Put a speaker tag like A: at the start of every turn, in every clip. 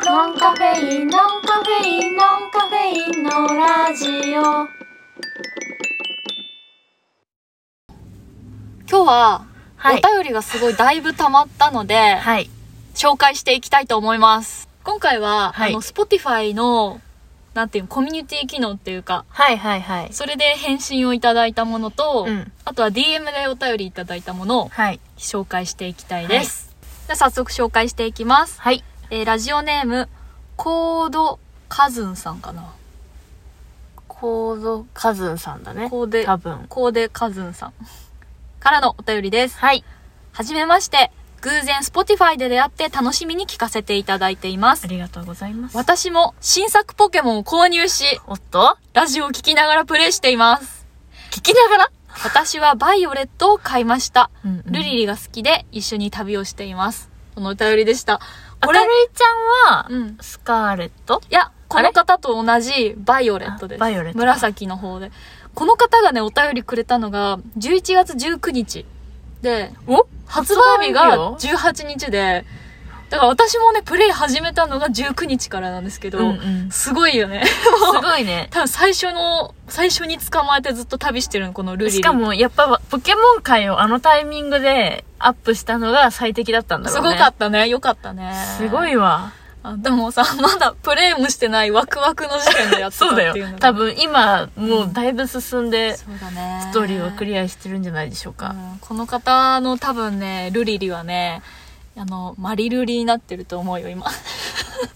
A: カフェインノンカフェインノンカフェインのラジオ
B: 今日は、
C: はい
B: お便りがすごいだいぶ溜まったので、
C: はい。
B: 紹介していきたいと思います。今回は、
C: はい
B: あの、Spotify の、なんていうのコミュニティ機能っていうか、
C: はいはいはい。
B: それで返信をいただいたものと、
C: うん
B: あとは DM でお便りいただいたものを
C: はい。
B: 紹介していきたいです。じゃあ早速紹介していきます。
C: はい。
B: えーラジオネーム、コードカズンさんかな。
C: コードカズンさんだね。
B: コーデ
C: 多、分。
B: コーデカズンさん。からのお便りです。
C: はい。
B: はじめまして。偶然 Spotify で出会って楽しみに聞かせていただいています。
C: りがとうございま
B: 私も新作ポケモンを購入し、
C: おっと
B: ラジオを聞きながらプレイしています。
C: 聞きながら
B: 私はバイオレットを買いました。
C: うんうん
B: ルリリが好きで一緒に旅をしています。このお便りでした。
C: こ
B: こ
C: れ、
B: れ
C: 明る、いちゃんは、
B: うん。
C: スカーレット
B: いや、この方と同じバイオレットです。
C: あバイオレット
B: 紫の方で。この方がね、お便りくれたのが、11月19日。で、
C: お
B: 発売
C: 発
B: 日が
C: 売日
B: 18日で、だから私もね、プレイ始めたのが19日からなんですけど、
C: うん うん。す
B: すごい よね。
C: ごいね。
B: 多分最初の、最初に捕まえてずっと旅してるの、このルリリ。
C: しか、も、やっぱ、ポケモン界をあのタイミングでアップしたのが最適だったんだ
B: す
C: ろう
B: ご
C: ね。
B: かったね。よかったね。
C: すごいわ。
B: あ。でもさ、まだプレイもしてないワクワクの時点でやってた
C: そ
B: っ
C: う
B: て
C: だ
B: いうの
C: よ
B: が。
C: 多。分今、もうだいぶ進んで、
B: そうだね。
C: ストーリーをク
B: リ
C: リアしてるんじゃないでしょうか。
B: うんこの方の多分ね、ルリリはね、あの、マリルリになってると思うよ、今。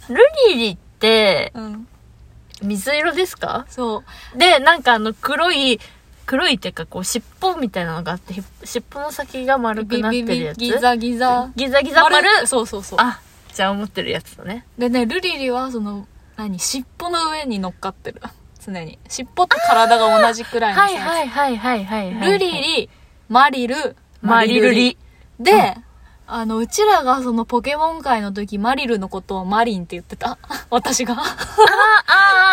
C: ルリリって、
B: うん。
C: 水色ですか
B: そう。
C: で、なんかあの黒い、黒いっていうかこう尻尾みたいなのがあって、ひ尻尾の先が丸く
B: ビ
C: なって
B: ビ
C: る
B: ビ
C: やつ。
B: ギザギザ。
C: ギザギザ丸。
B: そうそうそう。
C: あ、じゃあ思ってるやつだね。
B: でね、ルリリはその、何、尻尾の上に乗っかってる。常に。尻尾と体が同じくらいの
C: は
B: サイ
C: い
B: ズ。
C: はいはいはいはいはい。
B: ルリ。リ、マリル、
C: マリルリ。
B: で、あの、うちらがそのポケモン界の時、マリルのことをマリンって言ってた。 私が。
C: ああ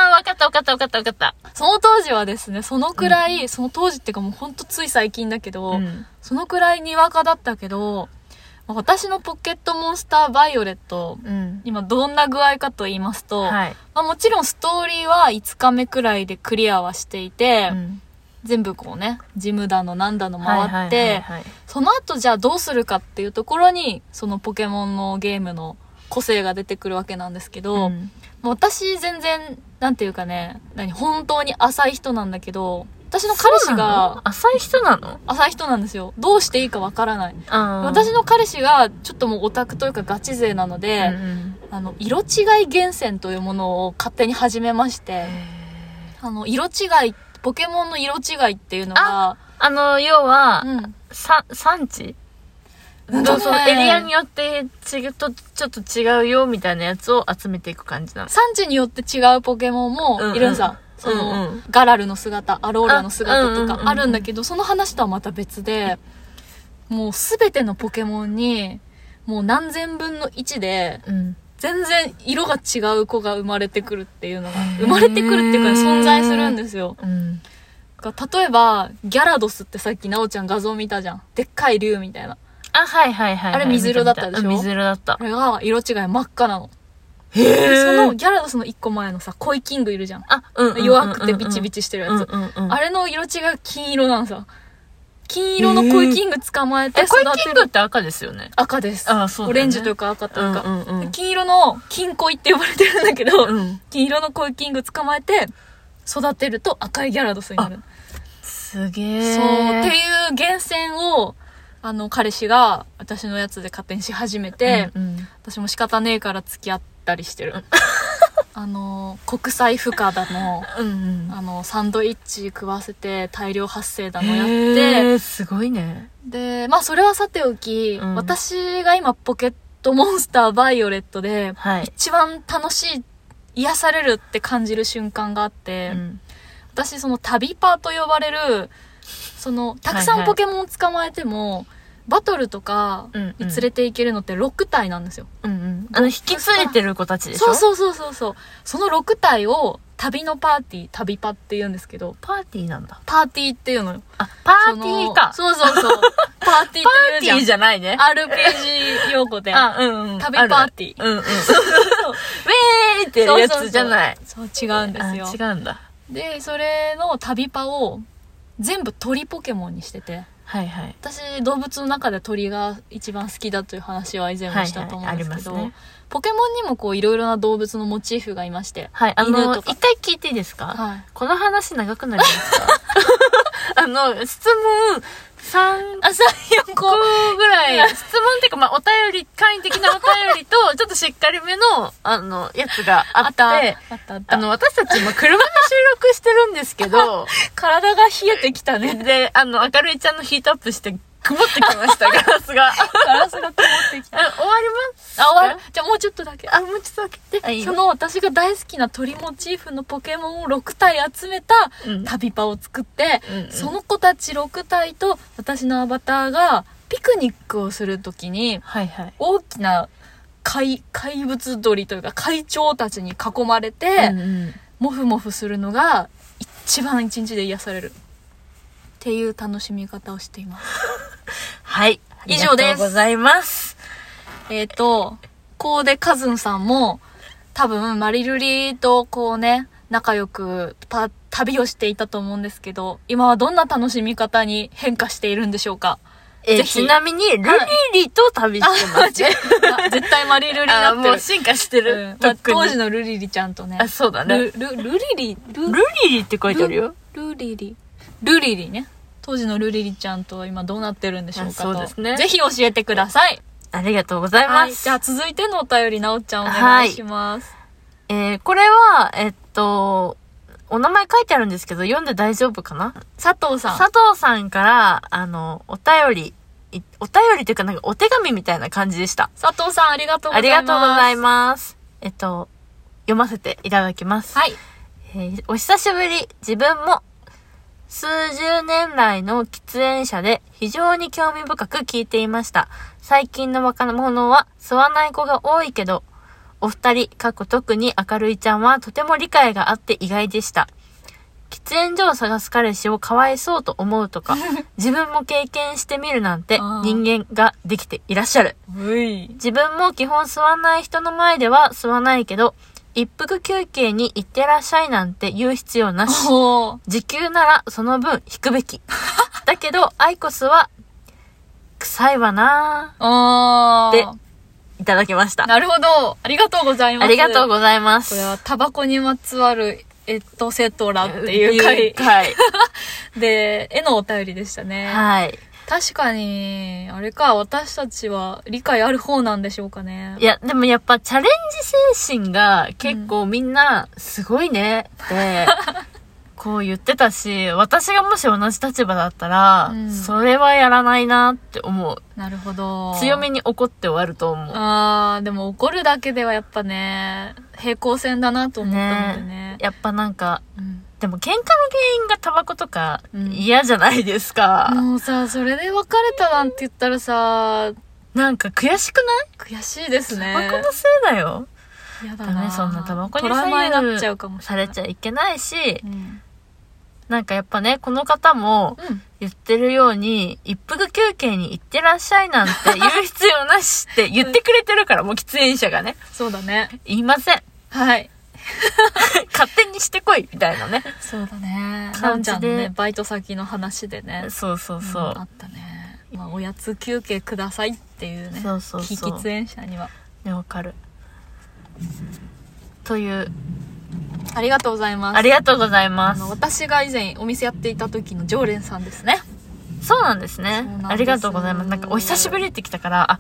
C: ー、わかったわかったわかったわかった。
B: その当時はですね、そのくらい、その当時っていうかもうほんとつい最近だけど、
C: うん。
B: そのくらいにわかだったけど、まあ私のポケットモンスターバイオレット、
C: うん。
B: 今どんな具合かと言いますと、
C: はい。
B: まあ、もちろんストーリーは5日目くらいでクリアはしていて、
C: うん
B: 全部こうね、ジムだのなんだの
C: はい
B: 回って、
C: はいはいはい
B: その後じゃあどうするかっていうところに、そのポケモンのゲームの個性が出てくるわけなんですけど、
C: う
B: も
C: ん
B: う私全然、なんていうかね、何、本当に浅い人なんだけど、私の彼氏
C: そうな
B: が
C: の浅い人なの
B: 浅い人なんですよ。どうしていいかわからない。
C: あー
B: 私の彼氏がちょっともうオタクというかガチ勢なの
C: う
B: で、
C: ん
B: あの、色違い厳選というものを勝手に始めまして、あの、色違い、ポケモンの色違いっていうのが、
C: あの、要は、
B: うん。
C: さ産地
B: うん
C: そうそう、
B: ね
C: エリアによってちぐとちょっと違うよみたいなやつを集めていく感じなの。
B: 産地によって違うポケモンもいるんさ。
C: うんうん
B: その、
C: うんうん
B: ガラルの姿、アローラの姿と
C: あうんうんうんう
B: か
C: ん
B: あるんだけど、その話とはまた別で、もうすべてのポケモンに、もう何千分の1で、
C: うん。
B: 全然色が違う子が生まれてくるっていうのが、生まれてくるっていうか存在するんですよ。
C: うん。
B: が例えば、ギャラドスってさっきなおちゃん画像見たじゃん。でっかい竜みたいな。
C: あ、はいはいはい、はい。
B: あれ水色だったでしょ
C: うん水色だった
B: あ。れが色違い真っ赤なの。
C: へ
B: でその
C: え。
B: ギャラドスの一個前のさ、コイキングいるじゃん。
C: あ、うんうんうんうん。
B: 弱くてビチビチしてるやつ。
C: うんうんうん。
B: あ
C: れ
B: れの色違いが金色なんさ。金色のコイキング捕まえて
C: え、
B: 育
C: コイキ
B: て
C: ングっ
B: る
C: て赤ですよね。
B: 赤です。
C: あそうだ
B: オ
C: よね
B: レンジというか赤というか。
C: うんうんうん
B: で金色の金コイって呼ばれてるんだけど、
C: うん。
B: 金色のコイキング捕まえて、育てると赤いギャラドスになる。
C: すげ
B: そう、
C: え。
B: っていう厳選を、あの、彼氏が私のやつで勝手にし始めて、
C: うんうん
B: 私も仕方ねえから付き合ったりしてる。 あの、国際不可だの、
C: うん
B: あの、サンドイッチ食わせて大量発生だ
C: うん。
B: のやっ
C: へ
B: て、
C: ー、すごいね。
B: で、まあそれはさておき、
C: うん
B: 私が今ポケットモンスターバイオレットで、
C: はい。
B: 一番楽しい、癒されるって感じる瞬間があって、
C: うん
B: 私その旅パーと呼ばれるそのたく
C: はい
B: さ
C: は
B: ん
C: い
B: ポケモン捕まえても、バトルとか
C: うんう
B: に
C: ん
B: 連れていけるのって6体なんですよ、
C: うんうん。あの、引き連れてる子たちでしょ
B: そう
C: う。
B: そうそうそうそうその6体を旅のパーティー旅パって言うんですけど
C: パーティーなんだ。
B: パーティーっていうのよ
C: あ、パーティーか。
B: そのそうそうそうパーティーって
C: パーテ
B: 言
C: ィ
B: う
C: ー
B: じ
C: じ
B: ゃん
C: ゃないね。
B: RPG 用語で
C: あ、うんうん。
B: 旅パーティ
C: ー。うんうん。ウェー歩いてるやつじゃない。
B: そう違うんですよ。
C: あ違うんだ。
B: で、それの旅パを全部鳥ポケモンにしてて。
C: はいはい。
B: 私動物の中で鳥が一番好きだという話は以前もしたと思うんですけど、
C: はいはいありま
B: ポケモンにもこういろいろな動物のモチーフがいまして、
C: はい、あの、
B: 犬と
C: 一
B: か
C: 回聞いていいですか、
B: はい、
C: この話長くなりますか あの、質問3
B: あ34個
C: 個ぐらい、質問っていうか、まあ、お便り、簡易的なお便りと、ちょっとしっかりめの、あの、やつがあっ、
B: あってた
C: あ
B: あったあった
C: の、私たち今車で収録してるんですけど、
B: 体が冷えてきたね
C: で、あの、明るいちゃんのヒートアップして、曇ってきました、ガラスが。あ
B: ガラスが曇ってきた
C: 終わります
B: あ終わるじゃあもうちょっとだけ
C: あ、もうちょっと開けて。いい
B: その私が大好きな鳥モチーフのポケモンを6体集めた
C: うん
B: 旅パを作って、
C: うんうん
B: その子たち6体と私のアバターがピクニックをするときに
C: はいはい。
B: 大きな怪怪物鳥というか怪鳥たちに囲まれて、
C: うんうん
B: モフモフするのが一番一日で癒されるっていう楽しみ方をしています。
C: はい。
B: 以上
C: あり
B: です
C: がとうございます。
B: えっ、と、こうでカズンさんも、多分、マリルリとこうね、仲良くパ旅をしていたと思うんですけど、今はどんな楽しみ方に変化しているんでしょうか
C: え
B: ぜ
C: ー、
B: ひ
C: ちなみに、ルリリと旅してます、ね。
B: あ絶対マリルリに
C: あ
B: な
C: ー
B: って
C: も
B: る
C: う。進化して
B: うん
C: る。
B: ま
C: と
B: あ
C: っくに
B: 当時のルリリちゃんとね
C: あ、、そうだね。
B: ルルルリリ、ル
C: ルリリって書いてあるよ。
B: ルリリ。ルリリね。当時のルリリちゃんとは今どうなってるんでしょうかと。
C: あそうですね
B: ぜひ教えてください。
C: ありがとうございま
B: はい。
C: す。
B: じゃあ続いてのお便り、なおちゃんお願いします。
C: えー、これは、えっと、お名前書いてあるんですけど、読んで大丈夫かな
B: 佐藤さん。
C: 佐藤さんから、あの、お便り、いお便りというかなんかお手紙みたいな感じでした。
B: 佐藤さんありがとう
C: あ
B: ござ
C: り
B: います。
C: がとうございます。えっと、読ませていただきます。
B: はい。
C: えーお久しぶり。自分も数十年来の喫煙者で非常に興味深く聞いていました。最近の若者は吸わない子が多いけど、お二人、過去特に明るいちゃんはとても理解があって意外でした。喫煙所を探す彼氏をかわいそうと思うと か、自分も経験してみるなんて
B: あー
C: 人間ができていらっしゃる。
B: うい。
C: 自分も基本吸わない人の前では吸わないけど、一服休憩に行ってらっしゃいなんて言う必要なし。
B: おー
C: 時給ならその分引くべき。だけど、アイコスは、臭いわな
B: あー。
C: ぁ。いただきました。
B: なるほど。ありがとうございます。
C: ありがとう
B: ざいま。
C: ございますす。
B: これは、タバコにまつわる、エットセトラってい
C: いう
B: う
C: 回。
B: 回で、絵のお便りでしたね。
C: はい。
B: 確かに、あれか、私たちは理解ある方なんでしょうかね。
C: いや、でもやっぱチャレンジ精神が結構みんなすごいね って、こう言ってたし、私がもし同じ立場だったら、
B: うん
C: それはやらないなって思う。
B: なるほど。
C: 強めに怒って終わると思う。
B: あー、でも怒るだけではやっぱね、平行線だなと思ったのでね。
C: やっぱなんか、
B: うん
C: でも喧嘩の原因がタバコとか
B: うん
C: 嫌じゃないですか。
B: もうさ、それで別れたなんて言ったらさ、
C: なんか悔しくない
B: 悔しいですね。
C: タバコのせいだよ。
B: やだ
C: ダ
B: な
C: メ、そんなタバコに
B: トラウマに
C: 左右
B: なっちゃうかもし
C: さ
B: れな
C: れ
B: い。
C: ちゃいけないし
B: う、ん。
C: なんかやっぱね、この方も、
B: うん。
C: 言ってるように、一服休憩に行ってらっしゃいなんて言う必要なしって言ってくれてるから、もう喫煙者がね。
B: そうだね。
C: 言いません。
B: はい。
C: 勝手にしてこいみたいなね。
B: そうだねなお
C: 感
B: ち
C: じで
B: ゃんのね、バイト先の話でね。
C: そうそうそ
B: ん
C: う
B: あ。ったね。まあ、おやつ休憩くださいっていうね。
C: そうそうそう
B: 非喫煙者には。
C: ね、わかる。という、
B: ありがとうございます。
C: ありがとうございま
B: あ
C: す
B: の。私が以前お店やっていた時の常連さんですね。
C: そうなんですね
B: そうなんです
C: ありがとうございます。なんか、お久しぶりって来たから、あ、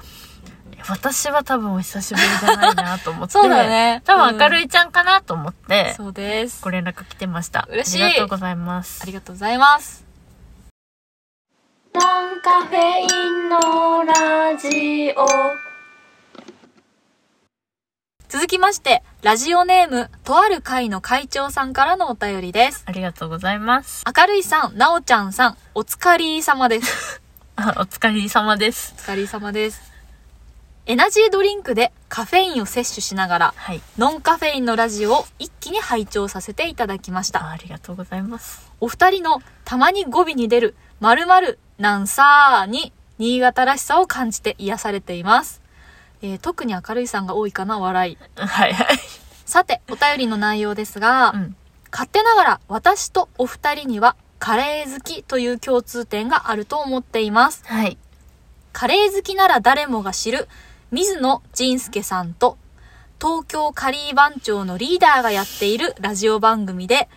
C: 私は多分お久しぶりじゃないなと思って。
B: そうだね
C: 多分明るいちゃんかなと思って、
B: そうです。
C: ご連絡来てました。
B: 嬉しい
C: ありがとうございます
B: あり。がとうございます。
A: ノンカフェインのラジオ
B: 続きまして、ラジオネーム、とある会の会長さんからのお便りです。
C: ありがとうございます。
B: 明るいさん、なおちゃんさん、お疲れ様です。
C: あお疲れ様です。
B: お疲れ様です。エナジードリンクでカフェインを摂取しながら、
C: はい。
B: ノンカフェインのラジオを一気に拝聴させていただきました。
C: あありがとうございます。
B: お二人のたまに語尾に出る〇〇なんさーに、新潟らしさを感じて癒されています。えー特に明るいさんが多いかな、笑い。
C: はいはい。
B: さて、お便りの内容ですが、
C: うん。
B: 勝手ながら私とお二人にはカレー好きという共通点があると思っています。
C: はい。
B: カレー好きなら誰もが知る水野仁介さんと東京カリー番長のリーダーがやっているラジオ番組で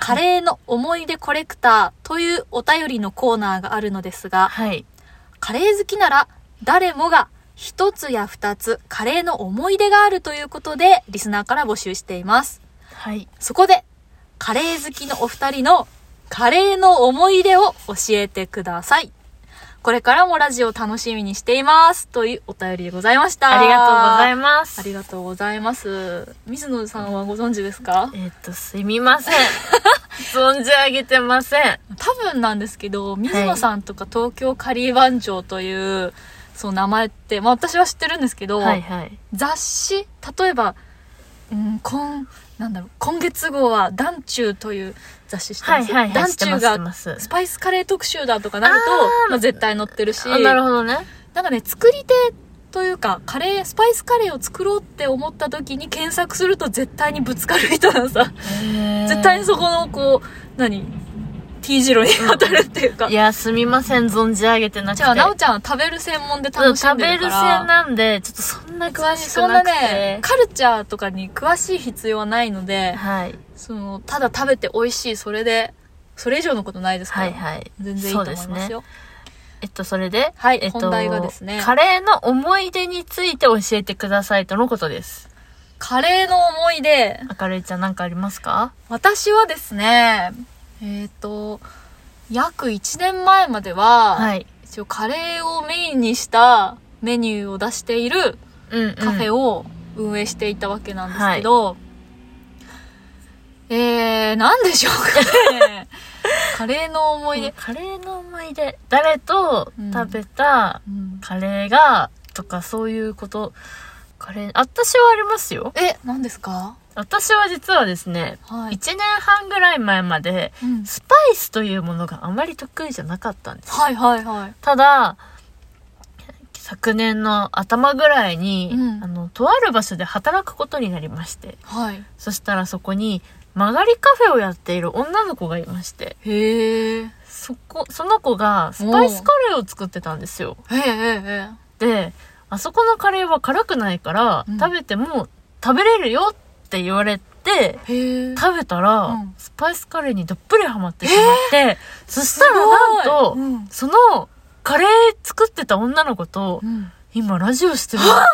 B: カレーの思い出コレクターというお便りのコーナーがあるのですが
C: はい。
B: カレー好きなら誰もが一つや二つカレーの思い出があるということでリスナーから募集しています。
C: はい。
B: そこでカレー好きのお二人のカレーの思い出を教えてください。これからもラジオ楽しみにしていますというお便りでございました。
C: ありがとうござい
B: ま
C: ます。
B: ありがとうございます。水野さんはご存知ですか
C: えっ、と、すみません。存じ上げてません。
B: 多分なんですけど、水野さんとか東京カリー番長という、その名前って、まあ私は知ってるんですけど、
C: はいはい。
B: 雑誌例えば、うん、今なんだろう今月号は「ダンチュー」という雑誌して
C: は
B: ま
C: い
B: す、
C: はいはい。
B: ダン
C: 知って
B: チュ
C: ま
B: ー
C: す知って
B: が
C: ます
B: スパイスカレー特集だとかなると
C: あー
B: まあ、絶対載ってるし
C: あ、なるほどね。
B: なんかね作り手というかカレースパイスカレーを作ろうって思った時に検索すると絶対にぶつかる人がさ絶対にそこのこう 何 T 字路に当たるっていうか、
C: いや、すみません。存じ上げてなくて。
B: じゃあなおちゃんは食べる専門で
C: うん
B: 楽し
C: 食
B: ん
C: べ
B: で
C: る
B: るか
C: 線
B: ら
C: なんで、ちょっとそんな詳しく
B: そん
C: な
B: な
C: くて。
B: ねカルチャーとかに詳しい必要はないので、
C: はい。
B: そのただ食べて美味しいそれでそれ以上のことないですから、
C: はいはい。
B: 全然いいと思いますよ
C: えっと、それで、
B: はい
C: えっと、
B: 本題がですね
C: カレーの思い出について教えてくださいとのことです。
B: カレーの思い出
C: あかるいちゃんなんかありますか
B: 私はですねえっ、と約1年前までは、
C: はい。
B: 一応カレーをメインにしたメニューを出している
C: うん、うん。
B: カフェ
C: を。
B: を運営していたわけなんですけど、えー、なんでしょうか ねカレーの思い出、
C: カレーの思い出。誰と
B: うん
C: 食べた
B: うん
C: カレーが、とかそういうこと。カレー、私はありますよ。
B: え何ですか
C: 私は実はですね、
B: はい、
C: 1年半ぐらい前まで、
B: うん
C: スパイスというものがあまり得意じゃなかったんです。
B: はいはいはい
C: ただ、昨年の頭ぐらいに、
B: うん
C: あの、とある場所で働くことになりまして、
B: はい
C: そしたらそこに、曲がりカフェをやっている女の子がいまして、
B: へえ。へえ
C: そこ、その子がスパイスカレーを作ってたんですよ。
B: ええ
C: で、あそこのカレーは辛くないから、
B: うん
C: 食べても食べれるよって言われて、
B: ええ。へえ。
C: 食べたら、
B: うん
C: スパイスカレーにどっぷりハマってしまって、そしたらなんと、
B: うん。
C: そのカレー作ってた女の子と、
B: うん。
C: 今ラジオしてるんですよ。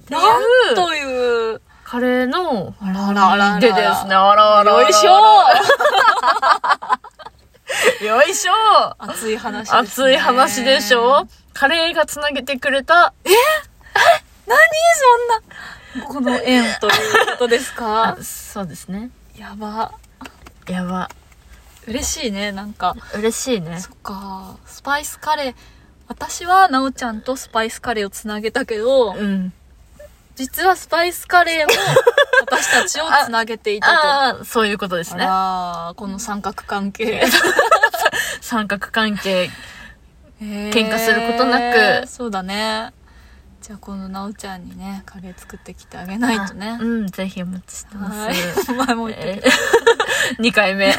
C: ってい
B: なん
C: う
B: という。
C: カレーの
B: あらあらあらあら。
C: でですね、。あらあらあら。
B: よいし
C: ょよいしょ
B: ょ熱い話ですね。
C: 熱い話でしょカレーがつなげてくれた
B: そんな。この縁ということですか
C: そうですね。
B: やば。
C: やば。
B: 嬉しいね、なんか。
C: 嬉しいね。
B: そっか。スパイスカレー。私は、なおちゃんとスパイスカレーをつなげたけど、
C: うん。
B: 実はスパイスカレーも私たちをつなげていたと。
C: ああ、そういうことです
B: あ
C: ね。
B: らー、この三角関係。
C: 三角関係。
B: 喧
C: 嘩することなく
B: そうだねじゃあこのなおちゃんにねカレー作ってきてあげないとね
C: あうん、ぜひお待ちしてま
B: は
C: す。
B: い前も言ったけ
C: え
B: ど、
C: 2回 目。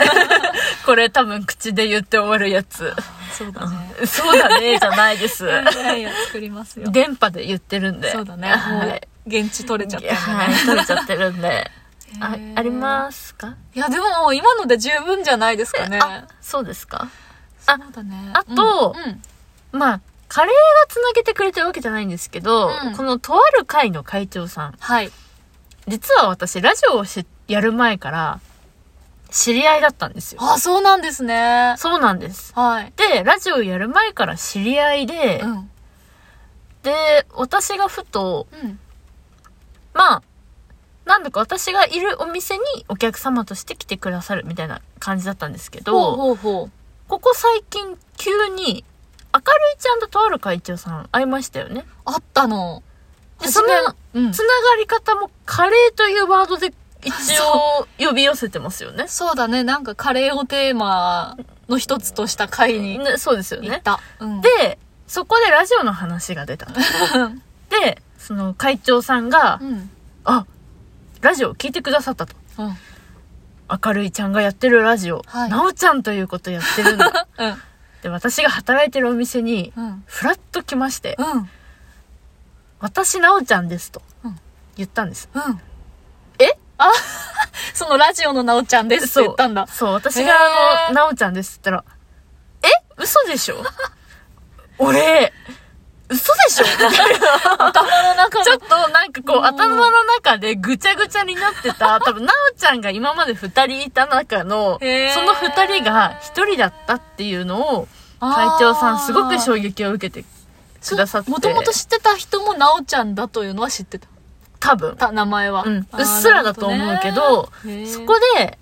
C: これ多分口で言って終わるやつ。
B: そうだね
C: そうだね、じゃない です。
B: いやいや作りますよ
C: 電波で言ってるんで。
B: そうだね
C: は
B: も
C: い。
B: う現地取れちゃったんだ
C: はい、取れちゃってるんで。あ
B: ね、
C: ありますか
B: すいやでも今ので十分じゃないですかね
C: あ、そうですか
B: そ
C: あ
B: うだね
C: あと
B: うんうん
C: まあ、カレーがつなげてくれてるわけじゃないんですけど、
B: うん
C: このとある会の会長さん、
B: はい
C: 実は私、ラジオをしやる前から、知り合いだったんですよ。
B: あそうなんですね
C: そうなんです。
B: はい
C: で、ラジオやる前から知り合いで、
B: うん
C: で、私がふと、
B: うん
C: まあ、なんだか私がいるお店にお客様として来てくださるみたいな感じだったんですけ
B: ほう
C: ど、
B: ほうほう
C: ここ最近急に、明るいちゃんととある会長さん会いましたよね。
B: あったの
C: でその
B: 初めうん
C: つながり方もカレーというワードで一応呼び寄せてますよね。
B: そうだね、なんかカレーをテーマの一つとした回に
C: ねそうですよ
B: 行っ
C: ね。
B: た。うん、
C: で、 そこでラジオの話が出たの。で、その会長さんが
B: う、ん、
C: あ、ラジオ聞いてくださったと。
B: うん。うん。
C: 明るいちゃんがやってるラジオ、
B: はい
C: なおちゃんということやって るんだ。で、私が働いてるお店に、
B: うん。
C: ふらっと来まして、
B: うん。
C: 私なおちゃんですと
B: うん
C: 言ったんです。
B: うん。
C: え
B: あ そのラジオのなおちゃんですって言ったんだ。
C: そう、私
B: へ
C: が
B: ー
C: あの、なおちゃんですって言ったら、え嘘でしょ俺、嘘でしょみたいな
B: 頭の中 の。
C: ちょっとなんかこ
B: う
C: うん頭の中でぐちゃぐちゃになって た、多分なおちゃんが今まで二人いた中の、そ
B: へー
C: の二人が一人だったっていうのを、会長さんすごく衝撃を受けてくださって
B: もともと知ってた人もなおちゃんだというのは知ってた。
C: 多分、
B: た名前は。
C: うん、う
B: あー
C: っすらだと思うけ、ど、
B: なるほね
C: そこ、で、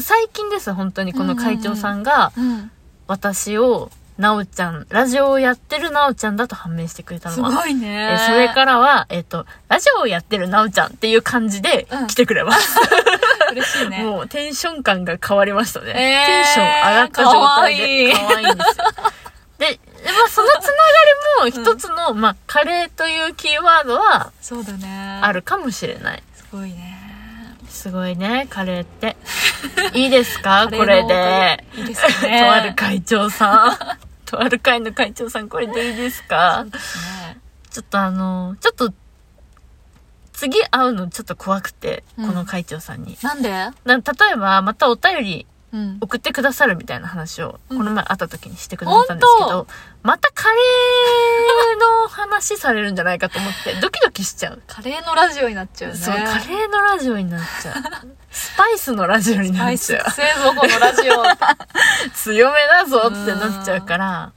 C: 最近です、本当にこの会長さんが、
B: へーうん。
C: 私を、なおちゃん、ラジオをやってるなおちゃんだと判明してくれた
B: す
C: のは。
B: ごいね。
C: えーそれからは、えっ、と、ラジオをやってるなおちゃんっていう感じで
B: うん
C: 来てくれます。
B: ら、嬉しいね。
C: もうテンション感が変わりましたね。
B: えー
C: テンション上がった状態で。
B: か
C: 可愛いいんですよ。で、まあ、そのつながりも一つの、まあ、カレーというキーワードは
B: そうだね。
C: あ
B: る。
C: るかもしれない。
B: すごいね。
C: すごいね、カレーって。いいですかこ
B: カレー
C: れ
B: のおか
C: で。
B: げ。いいですね。
C: とある会長さ ん。とある会の会長さん、これでいいですか
B: ね。
C: ちょっとあの、ちょっと、次会うのちょっと怖くて、
B: うん
C: この会長さんに。
B: なんで
C: な例えば、またお便り
B: うん。
C: 送ってくださるみたいな話を、
B: うん
C: この前会った時にしてくださったんですけ
B: ほ
C: ど、またカレーの話されるんじゃないかと思って、ドキドキしちゃう。
B: カレーのラジオになっちゃうね。
C: そう、カレーのラジオになっちゃ う。スパイスのラジオにな
B: ア
C: っ
B: イ
C: ち
B: ス
C: ゃう。
B: くせえぞ、このラジオ。
C: 強めだぞってなっちゃうから、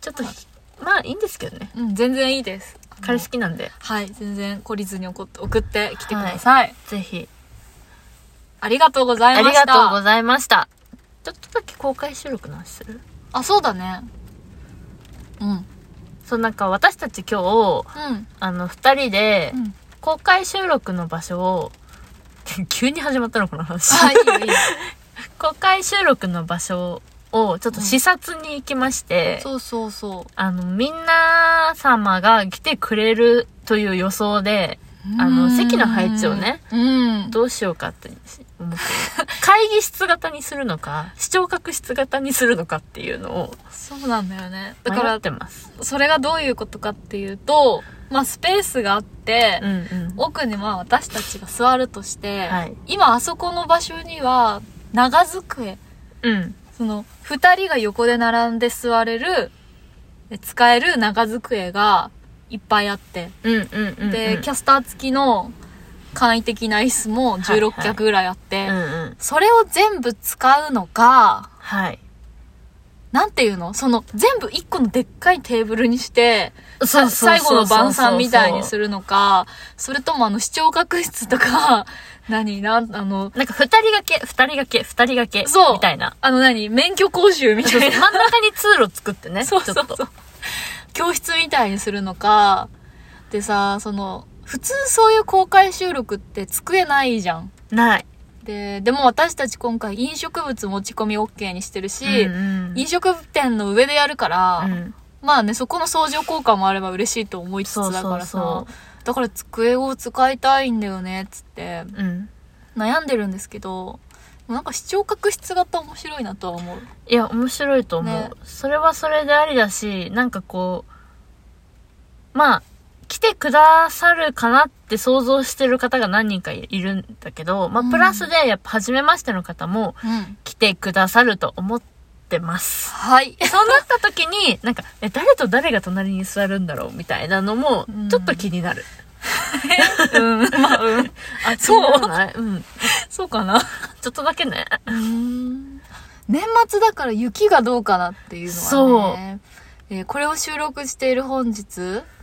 C: ちょっとひ、まあいいんですけどね。
B: うん、全然いいです。
C: カレー好きなんで、
B: はい、全然懲りずに送って送ってきてください。
C: ぜひ。
B: ありがとうござ
C: あ
B: いま
C: り
B: した。
C: がとうございました。ちょっとだけ公開収録の話する
B: あ、そうだね。うん。うん。
C: そう、なんか私たち今日、あの、二人で、
B: うん
C: 公開収録の場所を、 急に始まったのこの話。
B: あ、いいよ いいよ。
C: 公開収録の場所を、ちょっと視察に行きまして、
B: そうそうそ
C: あの、みんな様が来てくれるという予想で、
B: う。
C: あの
B: うん
C: 席の配置をね。
B: うん。
C: どうしようかって思って会議室型にするの か視聴覚室型にするのかっていうのを
B: そうなんだよね。だか
C: 迷
B: ら
C: っ、てます
B: それがどういうことかっていうと、まあ、スペースがあって、
C: うんうん
B: 奥にまあ私たちが座るとして、
C: はい
B: 今あそこの場所には長机、
C: うん
B: その二人が横で並んで座れる、で使える長机がいっぱいあって、
C: うんうんうん
B: で、キャスター付きの簡易的な椅子も16脚ぐらいあって、
C: うんうん
B: それを全部使うのか、
C: はい
B: なんていうのその全部一個のでっかいテーブルにして、
C: そ
B: さ最後の晩餐みたいにす
C: る
B: るのか、それともあの視聴覚室とか、 何なん、あの、
C: なんか二人掛け二人掛け二人掛け
B: そう
C: みたいな
B: あの何免許講習み
C: ちょ
B: た
C: っと
B: い
C: 真ん
B: な。
C: 中に通路作ってね
B: そうそう
C: ちょっ
B: そ
C: と
B: う。教室みたいにするのか、でさ、その、普通そういう公開収録って机ないじゃん。
C: ない
B: で、でも私たち今回飲食物持ち込み OK にしてるし、
C: うんうん
B: 飲食店の上でやるから、
C: うん
B: まあね、そこの相乗効果もあれば嬉しいと思いつつ
C: そう
B: だからさ、
C: そうそ
B: だから机を使いたいんだよね、つって
C: うん
B: 悩んでるんですけど、でもなんか視聴覚室型面白いなとは思う。
C: いや、面白いと思う。
B: ね
C: それはそれでありだし、なんかこう、まあ、来てくださるかなって想像してる方が何人かいるんだけど、ま
B: う
C: あ、
B: ん
C: プラスで、やっぱ、初めましての方も
B: うん。
C: 来てくださると思って ます。
B: はい。
C: そうなった時に、なんか、え、誰と誰が隣に座るんだろうみたいなのも
B: う、ん
C: ちょっと気になる。
B: うん、まあ、うん。
C: あ、
B: そう
C: 気にならないうん。
B: そうかな。
C: ちょっとだけね。
B: 年末だから雪がどうかなっていうのはね。えーこれを収録している本日、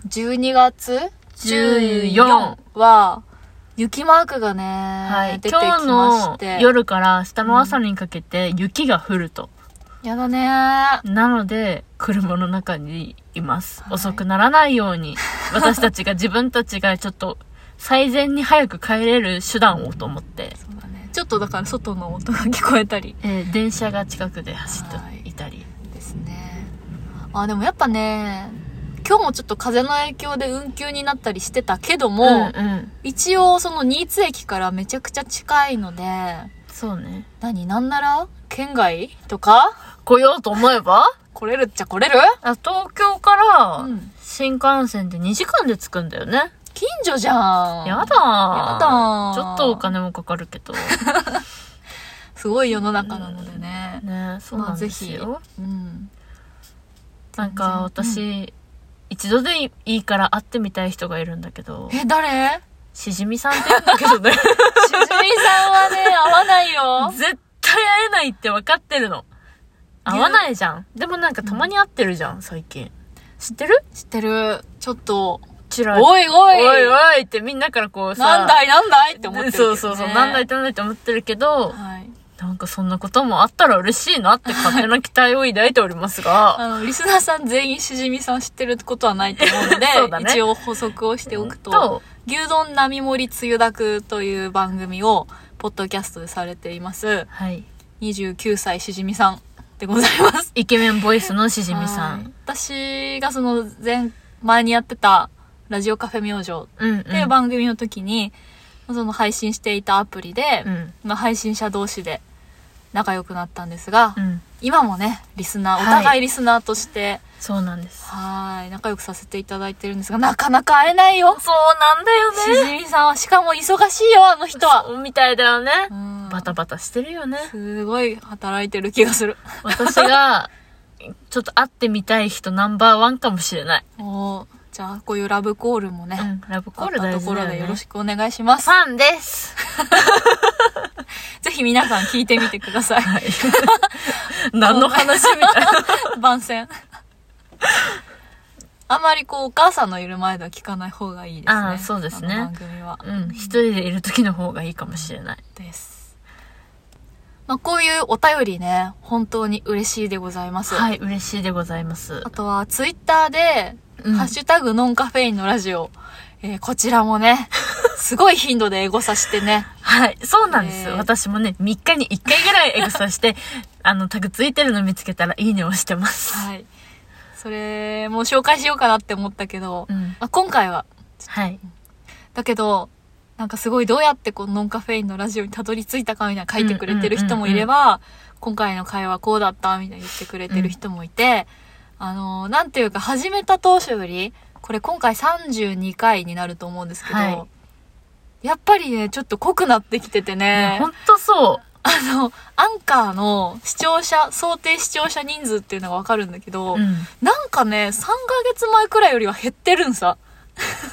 B: 12月14
C: 14
B: は、雪マークがね、はい、出てき
C: 今日
B: ま
C: の
B: して。
C: 夜から明日の朝にかけて雪が降ると。
B: やだね
C: なので、車の中にいます。
B: はい
C: 遅くならないように、私たち が、自分たちがちょっと、最善に早く帰れる手段をと思って、
B: そうだね。ちょっとだから外の音が聞こえたり
C: えー電車が近くで走っていたり。
B: ですね。あ、でもやっぱね、今日もちょっと風の影響で運休になったりしてたけども、
C: うんうん。
B: 一応その新津駅からめちゃくちゃ近いので、
C: そうね。
B: 何なんなら県外とか
C: 来ようと思えば
B: 来れるっちゃ来れる
C: あ東京から
B: うん
C: 新幹線で2時間で着くんだよね。
B: 近所じゃん。
C: やだー
B: やだー
C: ちょっとお金もかかるけど。
B: すごい世の中なのでね。
C: ねそうなんです
B: ま
C: よ
B: あ。ぜひうん。
C: なんか私、一度でいいから会ってみたい人がいるんだけど、
B: え、誰
C: しじみさんって言うんだけ どね、
B: しじみさん はね、合わないよ。
C: 絶対会えないって分かってるの。会わないじゃん。でもなんかたまに会ってるじゃん、最近。知ってる
B: 知ってる。ちょっと、
C: ちら
B: おいおい、
C: おいおいってみんなからこうさ、
B: なんだいなんだいって思ってるけど、
C: そ
B: ね。
C: うそうそう、なんだいってなんだいって思ってるけど、
B: はい。
C: なんかそんなこともあったら嬉しいなって勝手な期待を抱いておりますが、、
B: あの、リスナーさん全員しじみさん知ってることはないと思うので
C: そうだね
B: 一応補足をしておくと、
C: と、
B: 牛丼並盛りつゆだくという番組を、ポッドキャストでされています、
C: はい。
B: 29歳しじみさんでございます。
C: イケメンボイスのしじみさ
B: はい
C: ん。
B: 私がその前、前にやってた、ラジオカフェ明星っ
C: うん、うん。
B: ていう番組の時に、その配信していたアプリで、
C: うん。
B: まあ、配信者同士で仲良くなったんですが、
C: うん。
B: 今もね、リスナー、
C: は
B: お
C: い
B: 互いリスナーとして、
C: そうなんです。
B: はーい、仲良くさせていただいてるんですが、なかなか会えないよ。
C: そうなんだよ
B: しじみさんは、しかも忙しいよ、あの人は。
C: そうみたいだよね。
B: うん
C: バタバタしてるよね。
B: すごい働いてる気がする。
C: 私が、ちょっと会ってみたい人ナンバーワンかもしれない。
B: おーじゃあ、こういうラブコールもね、
C: うん。ラブコ
B: あ
C: ー
B: っ
C: ル
B: た
C: 大
B: と
C: 事
B: こ
C: だ
B: ろ
C: よ、ね。
B: でよろしくお願いします
C: フ。ァンです。
B: ぜひ皆さん聞いてみてください。
C: 何の話 みたいな。
B: 番宣。あまりこう、お母さんのいる前では聞かない方がいいですね。
C: あーそうですね
B: あの番組は。
C: うん。一人でいる時の方がいいかもしれない。
B: です。まあ、こういうお便りね、本当に嬉しいでございます。
C: はい、嬉しいでございます
B: あ。とは、ツイッターで、
C: うん
B: ハッシュタグノンカフェインのラジオ。えーこちら もね、すごい頻度でエゴさしてね。
C: はい、そうなんです。
B: えー
C: 私もね、3日に1回ぐらいエゴサ して、あの、タグついてるの見つけたらいいねをしてます。
B: はい。それ、もう紹介しようかなって思ったけど、
C: うん。
B: まあ、今回は、
C: はい。
B: だけど、なんかすごいどうやってこのノンカフェインのラジオにたどり着いたかみたいな書いてくれてる人もいれば、今回の会話こうだったみたいな言ってくれてる人もいて、あのー、なんていうか始めた当初より、これ今回32回になると思うんですけど、
C: は
B: やっぱりね、ちょっと濃くなってきてて
C: ね
B: ね
C: ほ、んとそう。
B: あの、アンカーの視聴者、想定視聴者人数っていうのがわかるんだけど、
C: うん、
B: なんかね、3ヶ月前くらいよりは減ってるんさ。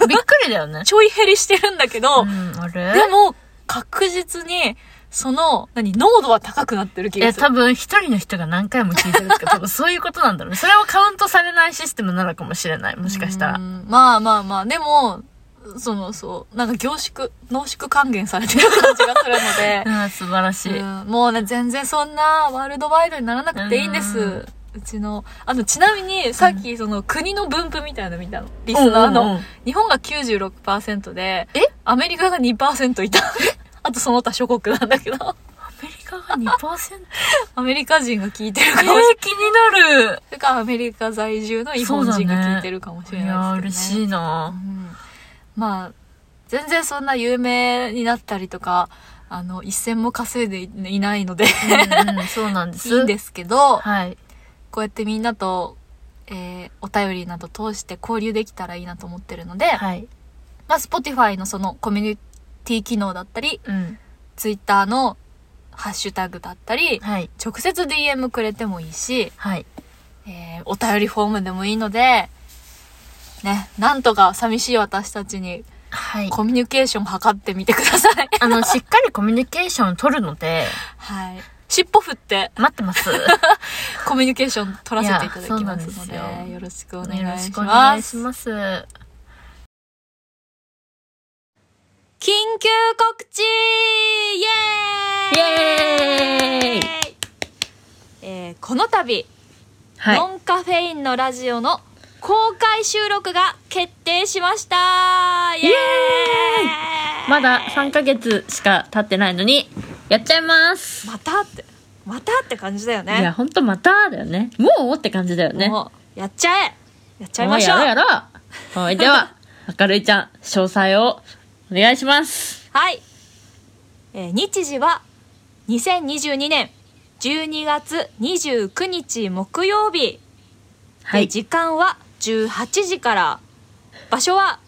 C: びっくりだよね。
B: ちょい減りしてるんだけど、
C: うん、あれ
B: でも、確実に、その、何、濃度は高くなってる気
C: い
B: が
C: や、
B: する。
C: 多分一人の人が何回も聞いてるとか、多分そういうことなんだろうね。それはカウントされないシステムなのかもしれない。もしかした
B: う
C: ら。
B: んまあまあまあ、でも、その、そう、なんか凝縮、濃縮還元されてる感じがするので、
C: うん、素晴らしい。
B: うんもうね、全然そんなワールドワイドにならなくていいんで
C: うん
B: す。うちの、あの、ちなみに、さっき、その、国の分布みたいなの見たの。リスナー
C: うんうんう
B: の
C: ん。
B: 日本が96%で、
C: え
B: アメリカが2%いた。 あとその他諸国なんだけど、
C: アメリカが2%?
B: アメリカ人が聞いてる
C: え
B: か
C: ー
B: もしれない、
C: 気になる。
B: それからアメリカ在住の日本人が聞いてるかもし
C: い
B: れ
C: や
B: な
C: ー、
B: いで
C: 嬉
B: すけど、
C: しい
B: ねうん
C: な
B: まあ全然そんな有名になったりとかあの一銭も稼いでいないので
C: うん、うん、そうなんです。
B: いいんですけど
C: はい。
B: こうやってみんなと、えーお便りなど通して交流できたらいいなと思ってるので、
C: はい。
B: まあ Spotify のそのコミュニティ機能だったり
C: うん。
B: Twitter のハッシュタグだったり
C: はい。
B: 直接 DM くれてもいいし
C: はい。
B: えーお便りフォームでもいいので、ね、なんとか寂しい私たちに
C: はい。
B: コミュニケーション図ってみてくださ い。
C: あの、しっかりコミュニケーションを取るので、
B: はい。尻尾振って
C: 待ってます。よ
B: コミュニケーション取らせていただきますので、
C: いやそうなんですよ
B: よろしくお願
C: ろ
B: いし
C: しくお願
B: ま
C: いし
B: す。
C: ます。
B: 緊急告知イエーイ
C: エーイ
B: えーこの度、
C: はい。
B: ノンカフェインのラジオの公開収録が決定しましたイエーイ
C: イエまだ3ヶ月しか経ってないのに、やっちゃいます。
B: またってまたって感じだよね
C: いや、ほんとまただよね。もうって感じだよね。
B: もうやっちゃえやっちゃいましょう
C: おやろうやろう。はい、で は、明るいちゃん、詳細をお願いします。
B: はい、えー日時は2022年12月29日木曜日、
C: は
B: で
C: い。
B: 時間は18時から場所は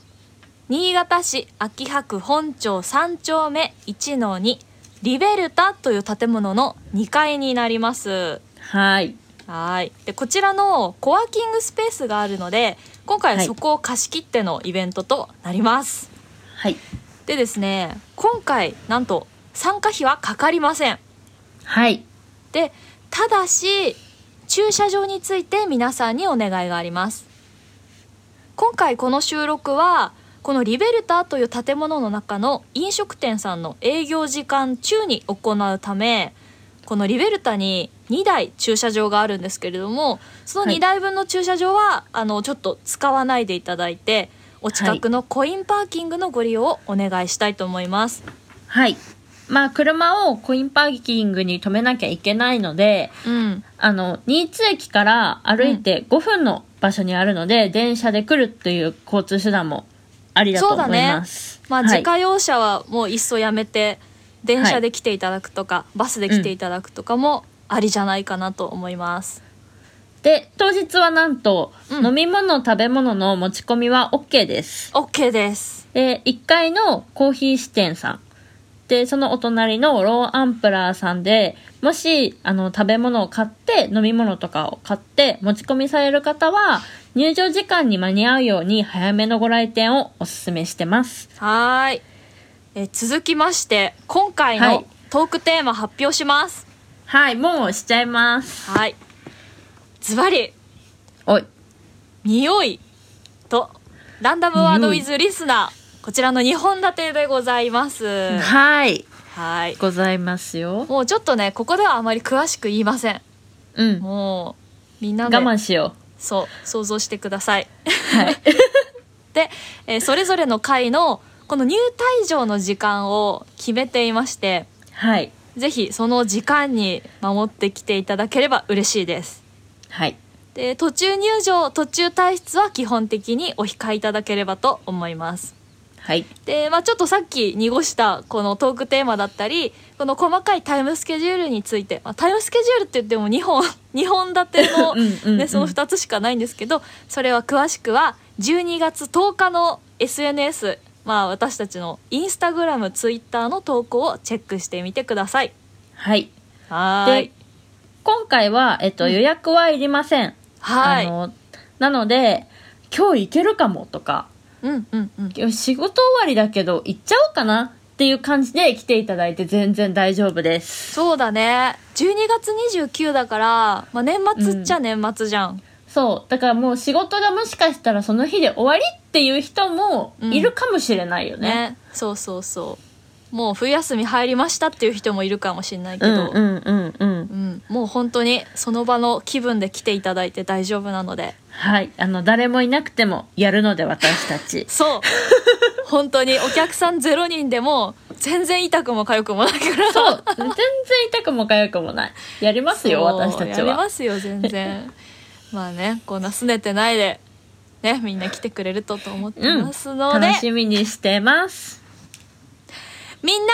B: 新潟市秋葉区本町3丁目1-2リベルタという建物の2階になります。
C: はい。
B: はいでこちらのコワーキングスペースがあるので今回はそこを貸し切ってのイベントとなります。
C: はい。
B: でですね今回なんと参加費はかかりません
C: はい。
B: でただし駐車場について皆さんにお願いがあります今回この収録はこのリベルタという建物の中の飲食店さんの営業時間中に行うためこのリベルタに2台駐車場があるんですけれどもその
C: はい
B: 2台分の駐車場は、あのちょっと使わないでいただいてお近くのコインパーキングのご利用をお願いしたいと思います。
C: はい。まあ、車をコインパーキングに止めなきゃいけないので、
B: うん、
C: あの、新津駅から歩いて5分の場所にあるので、電車で来るという交通手段もありだと思います。
B: まあ、
C: はい
B: 自家用車はもういっそやめて電車で来ていただくとか、バスで来ていただくとかもありじゃないかなと思います。
C: で、当日はなんと、
B: うん
C: 飲み物、食べ物の持ち込みは OK です。
B: OK です。
C: で、1階のコーヒー支店さん。で、そのお隣のローアンプラーさんで、もし、あの、食べ物を買って、飲み物とかを買って、持ち込みされる方は、入場時間に間に合うように、早めのご来店をお勧めしてます。
B: はーい。えー続きまして今回
C: は
B: の
C: い
B: トークテーマ発表します。
C: はい、もうしちゃいます。
B: はい。ズバリ
C: おい。
B: 匂いとランダムワードウ
C: 匂い
B: ィズリスナーこちらの2本立てでございます。
C: はい。
B: はい。
C: ございますよ。
B: もうちょっとねここではあまり詳しく言いません。
C: うん。我
B: もうみんなで
C: 慢しよ
B: そう想像してください。
C: う。はい。
B: で、えーそれぞれの回のこの入退場の時間を決めていまして
C: はい。
B: ぜひその時間に守ってきていただければ嬉しいです。
C: はい。
B: で途中入場途中退出は基本的にお控えいただければと思います。
C: はい。
B: で、まあ、ちょっとさっき濁したこのトークテーマだったりこの細かいタイムスケジュールについて、まあ、タイムスケジュールって言っても2本2本立ての
C: うんうんうん
B: ねその2つしかないんですけどそれは詳しくは12月10日の SNS、まあ、私たちのインスタグラムツイッターの投稿をチェックしてみてください。
C: はい。
B: はー
C: で
B: い、
C: 今回は、えっと、予約はいりません。
B: は
C: あ
B: い、
C: のなので今日行けるかもとか
B: うんうんうん、
C: 今日仕事終わりだけど行っちゃおうかなっていう感じで来ていただいて全然大丈夫です
B: そうだね12月29だから、まあ、年末っちゃ年末じゃん、
C: そうだからもう仕事がもしかしたらその日で終わりっていう人も
B: うん
C: いるかもしれないよね、
B: ねそうそうそうもう冬休み入りましたっていう人もいるかもしれないけ
C: うん、
B: ど、
C: うんうんうん
B: うんもう本当にその場の気分で来ていただいて大丈夫なので
C: はいあの誰もいなくてもやるので私た ち
B: そう本当にお客さん0人でも全然痛くも痒くもないから
C: そう全然痛くも痒くもないやりますよ
B: そう
C: 私たち
B: やり
C: は
B: ますよ全然まあねこんな拗ねてないでねみんな来てくれるとと思ってますので、
C: 楽しみにしてます
B: みんな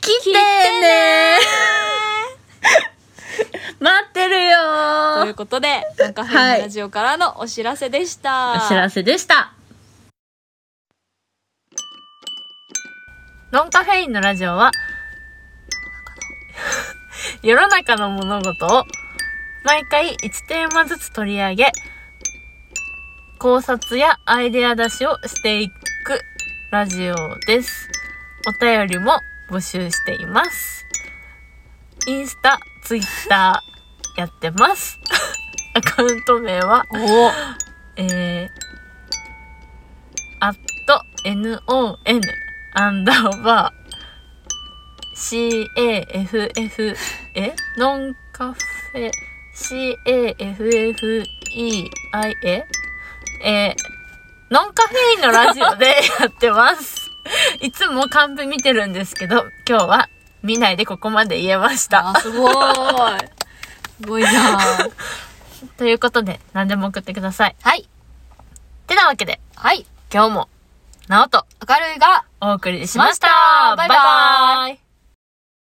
C: 来てねー 待ってるよー
B: ということで、コンカフェインラジオからのお知らせでした。
C: お知らせでした。
D: ノンカフェインのラジオは、 世の中の物事を毎回1テーマずつ取り上げ、考察やアイデア出しをしていくラジオです。お便りも募集しています。インスタ、ツイッターやってます。 アカウント名は、
B: お
D: えー、アット non アンダーバー caff えノンカフェ caffe i ええーノンカフェインのラジオでやってます。いつもカンペ見てるんですけど、今日は見ないでここまで言えました。
B: あ、すごーい。すごいじゃん。
D: ということで、何でも送ってください。
B: はい。
C: てなわけで、
B: はい。
C: 今日も、なおと
B: 明るいが、
C: お送りしました。
B: バ
C: バ
B: イ
C: イ
B: バ
C: バ
B: イ
C: イ。